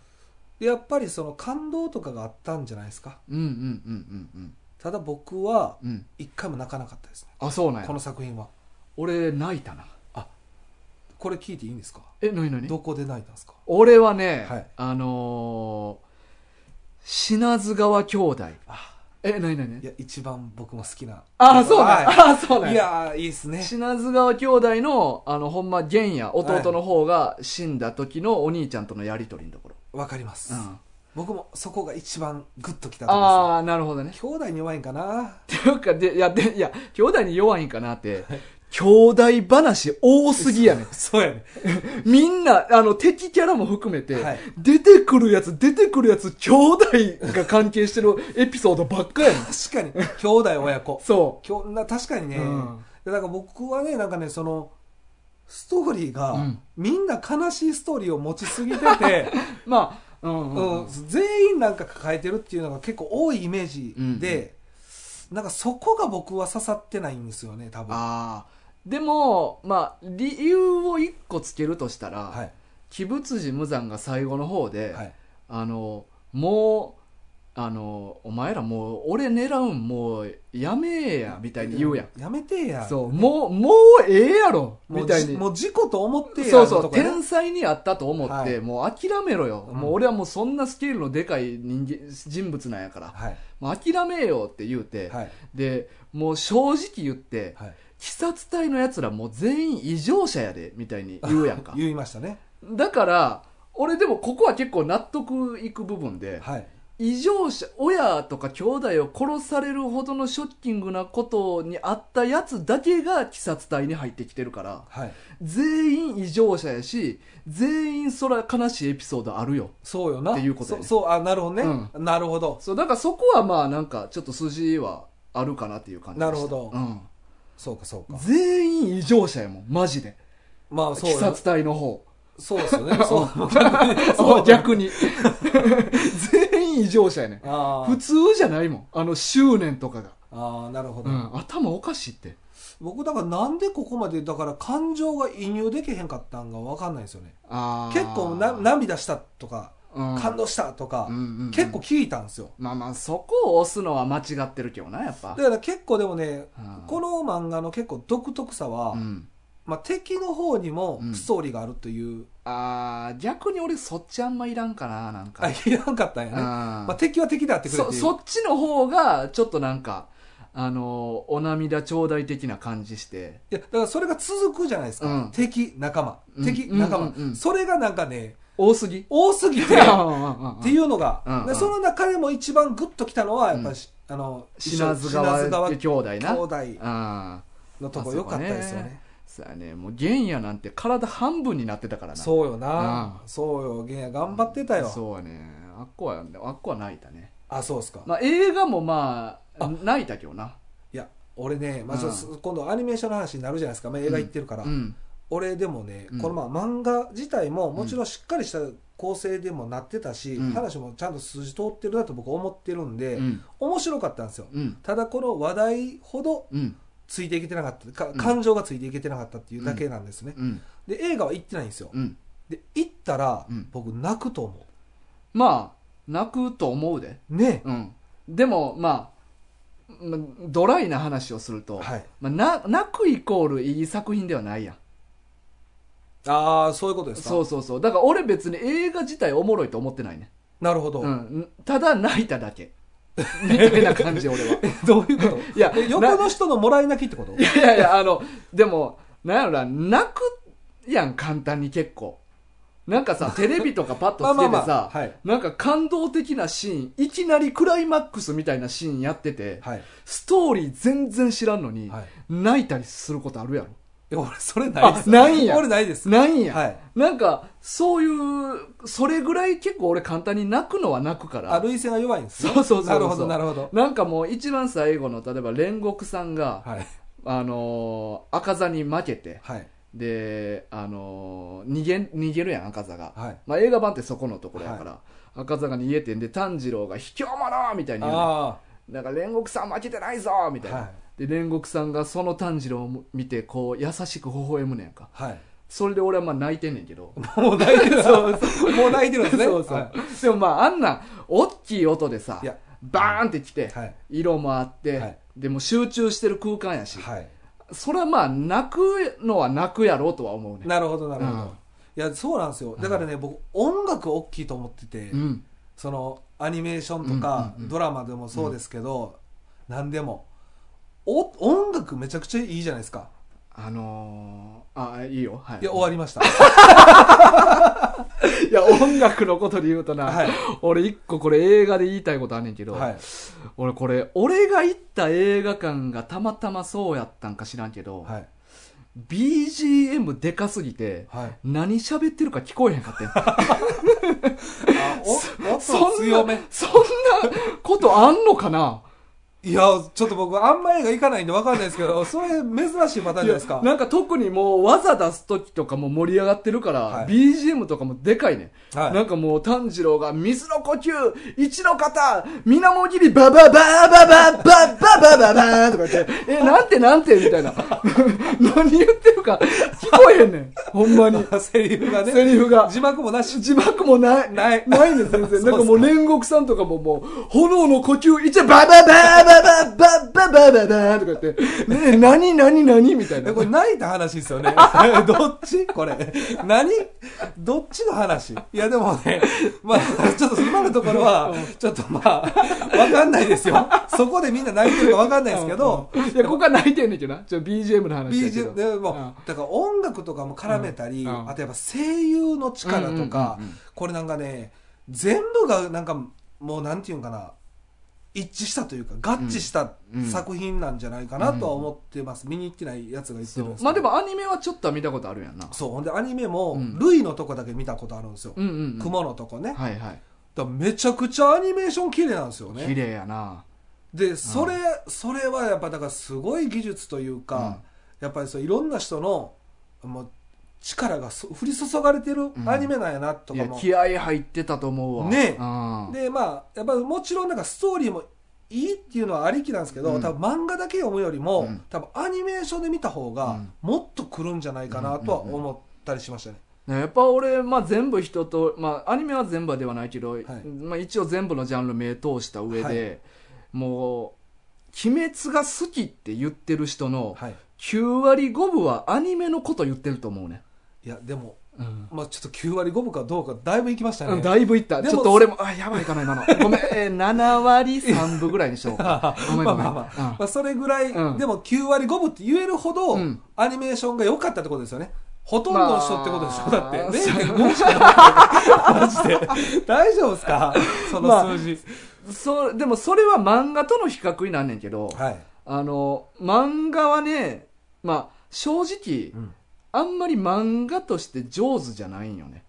B: でやっぱりその感動とかがあったんじゃないですか
A: うんうんうんうん
B: ただ僕は
A: うんうん
B: 一回も泣かなかったですね
A: あそうなんや
B: この作品は
A: 俺泣いたな
B: これ聞いていいんですか
A: え何何
B: どこで泣いたんですか
A: 俺はね、
B: はい
A: あのー、品津川兄弟
B: あ
A: え何何
B: いや一番僕も好きな
A: あそうなんや
B: は
A: あそうなん
B: いいやーいいですね
A: 品津川兄弟のあのほんま玄也弟の方が死んだ時のお兄ちゃんとのやり取りのところ、
B: わかります、
A: うん、
B: 僕もそこが一番グッときたとこ
A: ああなるほどね (laughs)
B: ですね兄弟に弱いんかな
A: っていうかでいやでいや兄弟に弱いんかなって兄弟話多すぎやねん
B: (laughs) そうやね
A: みんなあの敵キャラも含めて、
B: はい
A: 出てくるやつ出てくるやつ兄弟が関係してるエピソードばっかやねん
B: 確かに兄弟親子
A: そ
B: きょな確かに
A: う、
B: ね、
A: うん
B: でなんか僕はねなんかねそのストーリーが、
A: うん
B: みんな悲しいストーリーを持ちすぎてて、
A: まあ (laughs) うんうんうん、
B: うん全員なんか抱えてるっていうのが結構多いイメージで、なんかそこが僕は刺さってないんですよね多分
A: ああでもまあ理由を一個つけるとしたら、
B: はい
A: 鬼仏寺無惨が最後の方で、
B: はい
A: あのもうあのお前らもう俺狙うんもうやめえやみたいに言うやん、
B: やめてえや
A: そうもうもうええやろ
B: もう
A: みたいに
B: じもう事故と思ってえや
A: そうそ
B: のと
A: う
B: こやね
A: 天才にあったと思って、
B: はい
A: もう諦めろよ、
B: うん
A: もう俺はもうそんなスケールのでかい人間人物なんやから、
B: はい
A: もう諦めようって言うて、
B: はい
A: でもう正直言って、
B: はい
A: 鬼殺隊のやつらもう全員異常者やでみたいに言うやんか
B: 言いましたね
A: だから俺でもここは結構納得いく部分で、
B: はい
A: 異常者親とか兄弟を殺されるほどのショッキングなことにあったやつだけが鬼殺隊に入ってきてるから
B: はい
A: 全員異常者やし全員そら悲しいエピソードあるよ
B: そうよな
A: っていうことやね
B: そそうあなるほどね、
A: う
B: なるほど
A: そうだからそこはまあなんかちょっと筋はあるかなっていう感じでした
B: なるほど
A: うん、
B: そうかそうか
A: 全員異常者やもんマジで
B: まあそ
A: 鬼
B: うよ
A: 殺隊の方
B: そうですよ
A: (laughs)
B: ねそう
A: そう逆
B: (laughs)
A: に全員異常者やねん
B: あ
A: 普
B: ー
A: 通じゃないもんあの執念とかが、
B: あーなるほ
A: う
B: ど、
A: ん、頭おかしいって
B: 僕だからなんでここまでだから感情が移入できへんかったんが分かんないですよね
A: あー
B: 結構な、涙したとか
A: うん
B: 感動したとか、
A: うんうんうん
B: 結構聞いたんですよ
A: まあまあそこを押すのは間違ってるけどなやっぱ
B: だから結構でもね
A: うん
B: この漫画の結構独特さは、
A: うん
B: まあ、敵の方にも
A: うん
B: ストーリーがあるという、
A: あー逆に俺そっちあんまいらんかななんか
B: あいらんかったんやね、ま
A: あ
B: あ、敵は敵であってくれって
A: そ
B: いう
A: そっちの方がちょっとなんかあのーお涙頂戴的な感じして
B: いやだからそれが続くじゃないですか、
A: うん
B: 敵仲間
A: うん
B: 敵仲間、
A: うんうんうん
B: それがなんかね
A: 多すぎ
B: 多すぎ
A: う
B: て
A: (laughs) ん
B: っ
A: うんうん
B: ていうのが、
A: うんうん
B: でその中でも一番グッときたのはやっぱり、あの
A: 品津
B: 品津
A: 川
B: 川
A: 兄弟な
B: 兄弟
A: あ
B: のとこ良かったですよね
A: あさあねもう玄也なんて体半分になってたからな
B: そうよな、そうよゲンヤ頑張ってたよ、
A: そうはねあっこはあっこは泣いたね
B: あそうっすか、
A: まあ映画もまあ泣いたけどない
B: や俺ね、まあちょっと
A: う
B: 今度アニメーションの話になるじゃないですか、まあ、映画行ってるから、
A: うん
B: 俺でもね、
A: うん
B: このまあ漫画自体ももちろんしっかりした構成でもなってたし、
A: うん
B: 話もちゃんと筋通ってるなと僕思ってるんで、
A: うん
B: 面白かったんですよ
A: うん
B: ただこの話題ほど
A: うん
B: ついていけてなかったか
A: ん
B: 感情がついていけてなかったっていうだけなんですね、
A: うん
B: で映画は行ってないんですよ
A: うん
B: で行ったら
A: うん
B: 僕泣くと思
A: まあ泣くと思うで
B: うね
A: うん、でも、まあ、まあドライな話をすると、
B: はい
A: まあ、な泣くイコールいい作品ではないやん
B: ああそういうことですか
A: そうそうそうだから俺別に映画自体おもろいと思ってないね、
B: なるほど、
A: うんん、ただ泣いただけ (laughs) みたいな感じ俺は
B: どういうこと
A: いや
B: え横の人のもらい泣きってこと
A: いやいやいや、あの、でも、なんやろな、泣くやん、簡単に結構。なんか (laughs) さ、テレビとかパッとつけて
B: まあまあ
A: さ
B: まあはい、
A: なんか感動的なシーン、いきなりクライマックスみたいなシーンやってて、
B: はい
A: ストーリー全然知らんのに
B: はい、
A: 泣いたりすることあるやろ。
B: いや俺それないです
A: あないんや
B: 俺ないです
A: ないんや。
B: はい
A: なんか、そういう、それぐらい結構俺簡単に泣くのは泣くから。
B: あ類線が弱いんですね
A: そうそうそうそう
B: なるほどなるほど
A: なんかもう一番最後の、例えば煉獄さんが、
B: はい
A: あのー赤座に負けて、
B: はい
A: で、あのー逃げ逃げるやん赤座が、
B: はい
A: まあ、映画版ってそこのところやから、赤座が逃げてんで炭治郎が「卑怯者!」みたいに言うね
B: あ
A: なんか煉獄さん負けてないぞみ
B: あ
A: たいな、
B: はい
A: で煉獄さんがその炭治郎を見てこう優しく微笑むねんか
B: はい
A: それで俺はまあ泣いてんねんけど
B: もう泣いてるそうもう泣いてるんですね
A: そうそう、(laughs)
B: は
A: でもまああんな大きい音でさ
B: いや
A: バーンってきて、
B: はい
A: 色もあって、
B: はい
A: でも集中してる空間やし、
B: はい
A: それはまあ泣くのは泣くやろうとは思うね
B: なるほどなるほど、
A: うん
B: いやそうなんですよだからね、僕音楽大きいと思ってて、
A: うん
B: そのアニメーションとか、
A: うんうんうん
B: ドラマでもそうですけど、何でもお音楽めちゃくちゃいいじゃないですか
A: あのー、あ、いいよ。はい。
B: いや終わりま
A: (laughs)
B: した、
A: いや音楽のことで言うとな、
B: はい
A: 俺一個これ映画で言いたいことあんねんけど、
B: はい、
A: 俺これ、俺が行った映画館がたまたまそうやったんか知らんけど、
B: はい
A: BGM でかすぎて、
B: はい、
A: 何喋ってるか聞こえへんか
B: (laughs)
A: ってん。
B: あお音
A: そんな
B: 強め、
A: そんなことあんのかない
B: やちょっと僕あんま映画行かないんで分かんないですけどそれ珍しいパターンじゃないですか
A: いやなんか特にもう技出す時とかも盛り上がってるから、
B: はい
A: BGM とかもでかいね、
B: はい
A: なんかもう炭治郎が水の呼吸一の肩水面切りババババババババババーとか言ってえなんてなんてみたいな何言ってるか聞こえへんねんほんまに
B: セリフがね
A: セリフが
B: 字幕もなし
A: 字幕もない
B: ない
A: ないね全然
B: か
A: なんかもう煉獄さんとかももう炎の呼吸一ババババババババババとか言ってねえ何何何みたいな
B: えこれ泣いた話ですよね (laughs) どっちこれ何どっちの話いやでもねまあちょっと今のところはちょっとまあわかんないですよそこでみんな泣いてるかわかんないですけど、
A: いや、ここが泣いてんねんけどな。ちょ、BGM の話やけど。
B: BGM でも、
A: うん
B: だから音楽とかも絡めたり、
A: うんうん
B: あとやっぱ声優の力とか、
A: うんうんうんうん
B: これなんかね全部がなんかもうなんていうんかな一致したというか合致した作品なんじゃないかなとは思ってます、見に行ってないやつが言ってるんですけど
A: まあでもアニメはちょっとは見たことあるやんな。
B: そうほんでアニメも、
A: うん
B: ルイのとこだけ見たことあるんですよ、
A: うんうん、うん。
B: 雲のとこね、だか
A: はいはい。
B: らめちゃくちゃアニメーション綺麗なんですよ
A: 綺
B: ね
A: 麗やな。
B: でそれ、それはやっぱだからすごい技術というか、やっぱりそういろんな人のもう力がそ降り注がれてるアニメなんやなと
A: い
B: か
A: や、
B: も、
A: 気合入ってたと思うわ。
B: ね
A: うん。
B: でまあやっぱりもちろんなんかストーリーもいいっていうのはありきなんですけど、
A: うん
B: 多分漫画だけ読むよりも、
A: うん
B: 多分アニメーションで見た方
A: う
B: が
A: ん
B: もっとくるんじゃないかなとは思ったりしましたね、
A: やっぱ俺、まあ全部人と、まあアニメは全部ではないけど、まあ一応全部のジャンル目通した上で、もう、鬼滅が好きって言ってる人の
B: はい
A: 9割5分はアニメのこと言ってると思うね。
B: いやでも
A: うん。
B: まあ、ちょっと9割5分かどうかだいぶいきました
A: うん
B: ね。
A: だいぶいった。
B: で
A: ち
B: も
A: ょっと俺も、あ、やばいかな、今の。 (laughs) ごめん、えー、7割3分ぐらいにし (laughs) ようか。ごめん
B: ま
A: ご
B: あ
A: めん。
B: まあまあ、まあ、それぐらい、
A: うん
B: でも9割5分って言えるほど、
A: うん
B: アニメーションが良かったってことですよね。ほとんどの人ってことでしょ、
A: まあ
B: だって。0.5しかない。 (laughs) マジで。大丈夫ですかそ
A: まあ
B: の数字。
A: うんそう、でもそれは漫画との比較になんねんけど、
B: はい。
A: あの、漫画はね、まあ、正直、
B: うん
A: あんまり漫画として上手じゃないんよね。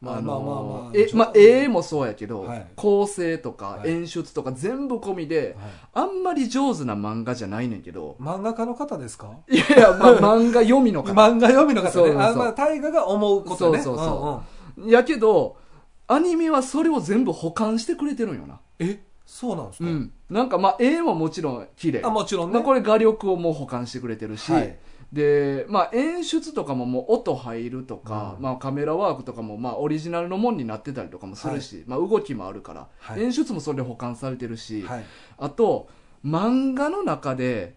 B: まあ
A: の
B: まあまあまあ
A: え、
B: ちょ
A: まあ、絵もそうやけど、
B: はい
A: 構成とか
B: はい
A: 演出とか全部込みで、
B: はい
A: あんまり上手な漫画じゃないねんけど、
B: 漫画家の方ですか
A: いやいや、まあ、漫画読みの方。
B: 漫画読みの
A: そ
B: 方
A: うそう
B: ね。
A: そう
B: あまあ、大河が思うことね。
A: そうそうそうん
B: ん
A: やけど、アニメはそれを全部補完してくれてるんよな。
B: え、そうなんです
A: う
B: か、
A: ん。なんかまあ、絵ももちろん綺麗。
B: あもちろん
A: ま
B: ね。
A: あ、これ画力をもう補完してくれてるし、
B: はい
A: で、まあ、演出とかももう音入るとか、
B: うん
A: まあ、カメラワークとかもまあ、オリジナルのもんになってたりとかもするし、まあ、動きもあるから、
B: はい
A: 演出もそれで補完されてるし、
B: はい。
A: あと、漫画の中で、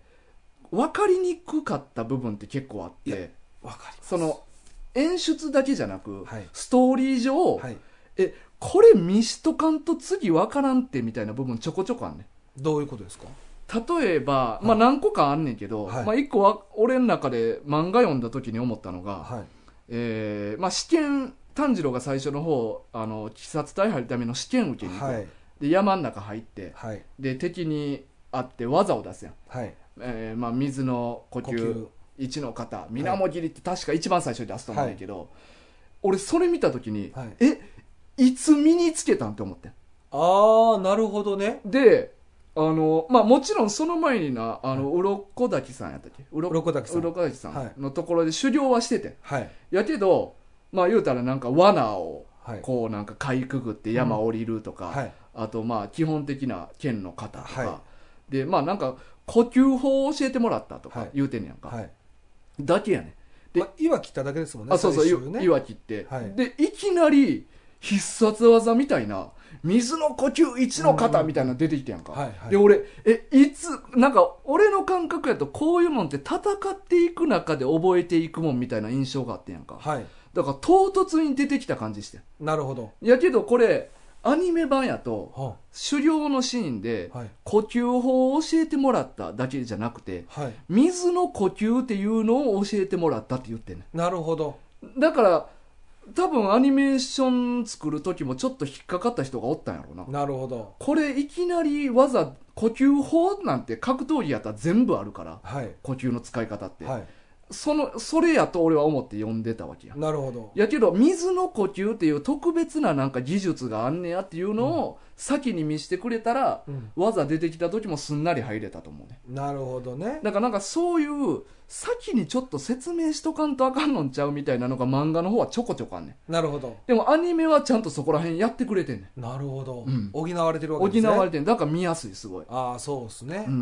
A: 分かりにくかった部分って結構あっ
B: いや
A: て、
B: わかります。
A: その、演出だけじゃなく、
B: はい
A: ストーリー上、
B: はい、
A: えこれ見しとかんと次わからんってみたいな部分ちょこちょこあんねん
B: どういうことですか
A: 例えば、ま
B: は
A: あ、
B: い
A: 何個かあんねんけど、
B: はい
A: まあ、一個は俺の中で漫画読んだ時に思ったのが、
B: はい
A: えーまあ、試験炭治郎が最初の方あの鬼殺隊入るための試験受けに行く、
B: はい
A: で山ん中入って
B: はい
A: で敵に会って技を出すやん、
B: はい
A: えーまあ、水の呼
B: 呼
A: 吸
B: 吸
A: 一の型水面切りって確か一番最初に出すと思うんだけど、俺それ見た時に、
B: はい
A: えいつ身につけたんって思ってん
B: ああなるほどね
A: であのまあもちろんその前になあの鱗滝さんやったっけうろ
B: 鱗滝さん
A: 鱗滝さ
B: は
A: ん
B: い
A: のところで修行はしててん
B: はい
A: やけどまあ言うたらなんか罠を
B: はい
A: こうなんかかいくぐって山降りるとか、
B: はい
A: あとまあ基本的な剣の型とか、
B: は
A: でまあなんか呼吸法を教えてもらったと
B: は
A: か
B: い
A: 言うてんねやんか、
B: はい
A: だけやねで
B: まあ、いわきっただけですもんね
A: あそうそう、
B: 最終ね
A: いいわきって、
B: はい
A: でいきなり必殺技みたいな水の呼吸一の型みたいなの出てきてやんか、
B: うんはいはい
A: で俺えいつなんか俺の感覚やとこういうもんって戦っていく中で覚えていくもんみたいな印象があってんやんか
B: はい
A: だから唐突に出てきた感じしてん
B: なるほど
A: やけどこれアニメ版やと
B: は
A: 狩猟のシーンで
B: はい
A: 呼吸法を教えてもらっただけじゃなくて
B: はい
A: 水の呼吸っていうのを教えてもらったって言ってんねん
B: なるほど
A: だから多分アニメーション作る時もちょっと引っかかった人がおったんやろうな
B: なるほど
A: これいきなり技呼吸法なんて格闘技やったら全部あるから
B: はい
A: 呼吸の使い方って、
B: はい
A: そのそれやと俺は思って読んでたわけや
B: なるほど
A: やけど水の呼吸っていう特別ななんか技術があんねやっていうのを先に見せてくれたら、
B: うん
A: 技出てきた時もすんなり入れたと思うね
B: なるほどね
A: だからなんかそういう先にちょっと説明しとかんとあかんのんちゃうみたいなのが漫画の方はちょこちょこあんねん
B: なるほど
A: でもアニメはちゃんとそこら辺やってくれてんね
B: なるほど、
A: うん
B: 補われてる
A: ん
B: わけですね
A: 補われてんだから見やすいすごい、
B: ああそうですね、
A: う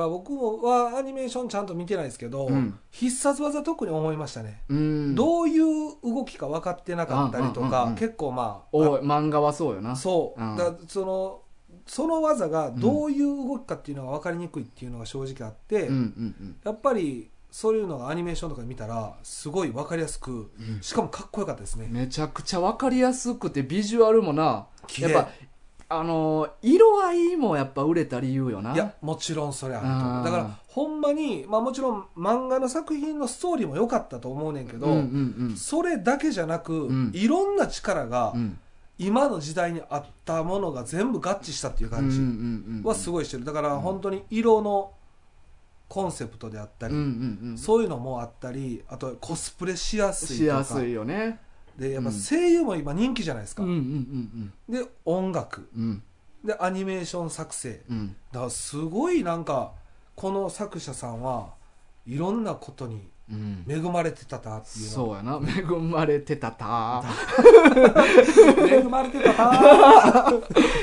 A: ん、
B: から僕はアニメーションちゃんと見てないですけど、
A: うん
B: 必殺技特に思いましたね、
A: うん
B: どういう動きか分かってなかったりとか、
A: うんうんうんうん
B: 結構まあ
A: おい漫画はそうよな
B: あそう、
A: うん
B: だからそのその技がどういう動きかっていうのが分かりにくいっていうのが正直あって、
A: うんうん
B: やっぱりそういうのがアニメーションとかで見たらすごい分かりやすく
A: うん
B: しかもかっこよかったですね、
A: めちゃくちゃ分かりやすくてビジュアルもな
B: 綺
A: や
B: 麗
A: っぱあのー色合いもやっぱ売れた理由よない
B: やもちろんそれあると
A: あ
B: 思
A: ー
B: うだからほんまに、まあ、もちろん漫画の作品のストーリーも良かったと思うねんけど、
A: うんうん
B: それだけじゃなく、
A: うん
B: いろんな力が
A: うんうん
B: 今の時代にあったものが全部合致したっていう感
A: うん
B: じ
A: うんうん
B: はす
A: ご
B: ごいしてるだから本当に色のコンセプトであっ
A: う
B: た
A: ん
B: り、
A: うんうん
B: そういうのもあったりあとコスプレしやすい
A: し
B: とか
A: やすいよね
B: でやっ
A: う
B: ぱ
A: ん
B: 声優も今人気じゃないです
A: う
B: か、
A: んうん
B: で音楽
A: うんうん
B: でアニメーション作成
A: うん
B: だからすごいなんかこの作者さんはいろんなことに
A: うん
B: 恵まれてたなっていうの
A: そうやな恵まれてたた
B: 恵まれて
A: (laughs)
B: たな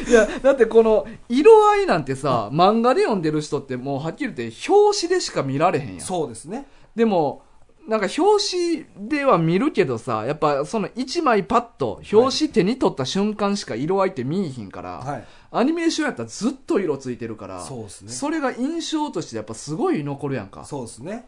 B: い
A: や、だってこの、色合いなんてさ、漫画で読んでる人ってもうはっきり言って、表紙でしか見られへんやん。
B: そうですね
A: でも、なんか表紙では見るけどさ、やっぱその一枚パッと、表紙手に取った瞬間しか色合いって見えひんから、
B: はい
A: アニメーションやったらずっと色ついてるから、
B: そうですね
A: それが印象としてやっぱすごい残るやんか。
B: そうですね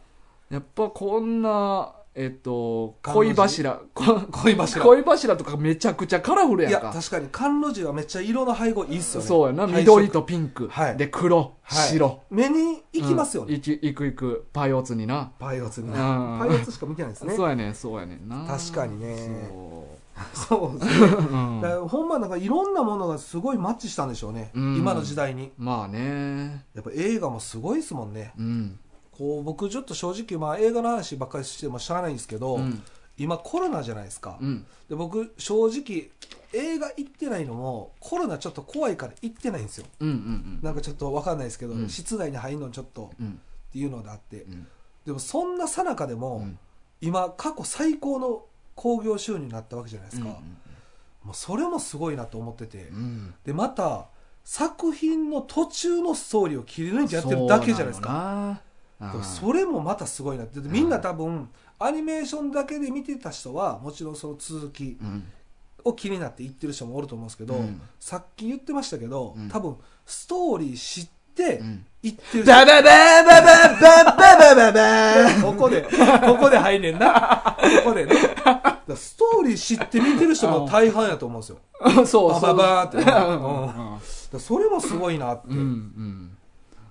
A: やっぱこんな、えっと、
B: 感動
A: 恋
B: し
A: 柱、こ
B: (laughs) 恋柱
A: 恋柱とかめちゃくちゃカラフル
B: い
A: や
B: や
A: んか。
B: 確かに甘露寺はめっちゃ色の配合いいっすよね
A: そうやな、
B: 配色
A: 緑とピンク、
B: はい
A: で黒、
B: はい
A: 白。
B: 目にいきますよ
A: うん
B: ね、
A: 行き行く行くパイオツにな、
B: パイオツにパイ
A: うん
B: オツしか見てないですね
A: そうやねんそうやねんな
B: 確かにね
A: そ
B: そうですね
A: う、うん
B: だからほんまなんかいろんなものがすごいマッチしたんでしょうね、
A: うん
B: 今の時代に
A: まあね
B: やっぱ映画もすごいですもんね
A: うん
B: こう僕ちょっと正直まあ映画の話ばっかりしてもしゃあないんですけど、
A: うん
B: 今コロナじゃないですか、
A: うん
B: で僕正直映画行ってないのもコロナちょっと怖いから行ってないんですよ
A: うんうん
B: なんかちょっと分かんないですけど、
A: うん
B: 室内に入るのちょっと
A: うんうん
B: っていうのであって、
A: うん
B: でもそんなさなかでも、
A: うん
B: 今過去最高の興行収入になったわけじゃないですか、もうそれもすごいなと思ってて、
A: うん
B: でまた作品の途中のストーリーを切り抜いてやってるだけじゃないです
A: そ
B: か
A: うなの
B: で
A: な
B: もそれもまたすごいなってだってみんな多分アニメーションだけで見てた人はもちろんその続き
A: うん
B: を気になって言ってる人もおると思うんですけど、
A: うん
B: さっき言ってましたけど、
A: うん
B: 多分ストーリー知って、
A: うん
B: 行ってる
A: バババババババババ
B: ここで、ここで入んねんな。ここでね。だからストーリー知って見てる人も大半やと思うんですよ。
A: ーンそう
B: バ
A: そう
B: ババーってね。
A: う
B: うん
A: ん
B: だからそれもすごいなって。
A: うんうん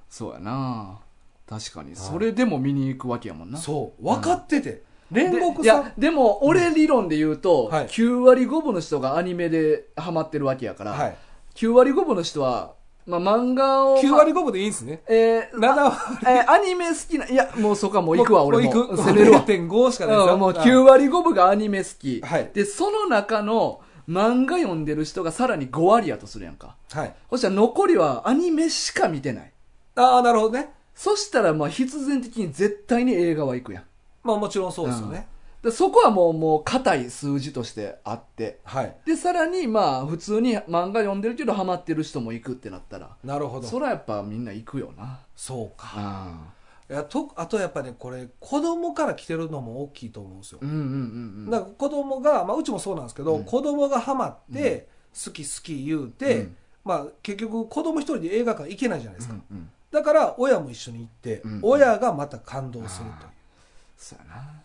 A: そうやな確かにそれでも見に行くわけやもんな
B: そう。分かってて。
A: で
B: 煉獄
A: い
B: さん
A: や。でも俺理論で言うと、
B: うんはい
A: 9割5分の人がアニメでハマってるわけやから、
B: はい。
A: 9割5分の人は、まあ、漫画を
B: 9割5分でいいんですね。
A: えー
B: 7割。
A: えーアニメ好きないやもうそこはもう行くわ俺も
B: 行く。
A: 攻めるわ
B: 0.5しかないです
A: う
B: よ。
A: んもう9割5分がアニメ好き、
B: はい
A: でその中の漫画読んでる人がさらに5割やとするやんか
B: はい。
A: そしたら残りはアニメしか見てない
B: ああ、なるほどね。
A: そしたらまあ必然的に絶対に映画は行くやん
B: まあもちろんそうですよね。
A: でそこはもうもう硬い数字としてあって
B: はい。
A: でさらにまあ普通に漫画読んでるけどハマってる人も行くってなったら
B: なるほ
A: そ
B: ど。
A: らやっぱみんな行くよな
B: そうか。
A: あ
B: いやとあとやっぱね、これ、子供から来てるのも大きいと思うんですよ
A: う。んうんうんう
B: だ
A: ん
B: から子供が、まあ、うちもそうなんですけど、
A: うん
B: 子供がハマって、好き好き言うて、
A: うん
B: まあ、結局子供一人で映画館行けないじゃないですか、
A: うんうん
B: だから親も一緒に行って、
A: うん
B: 親がまた感動するという
A: そうやな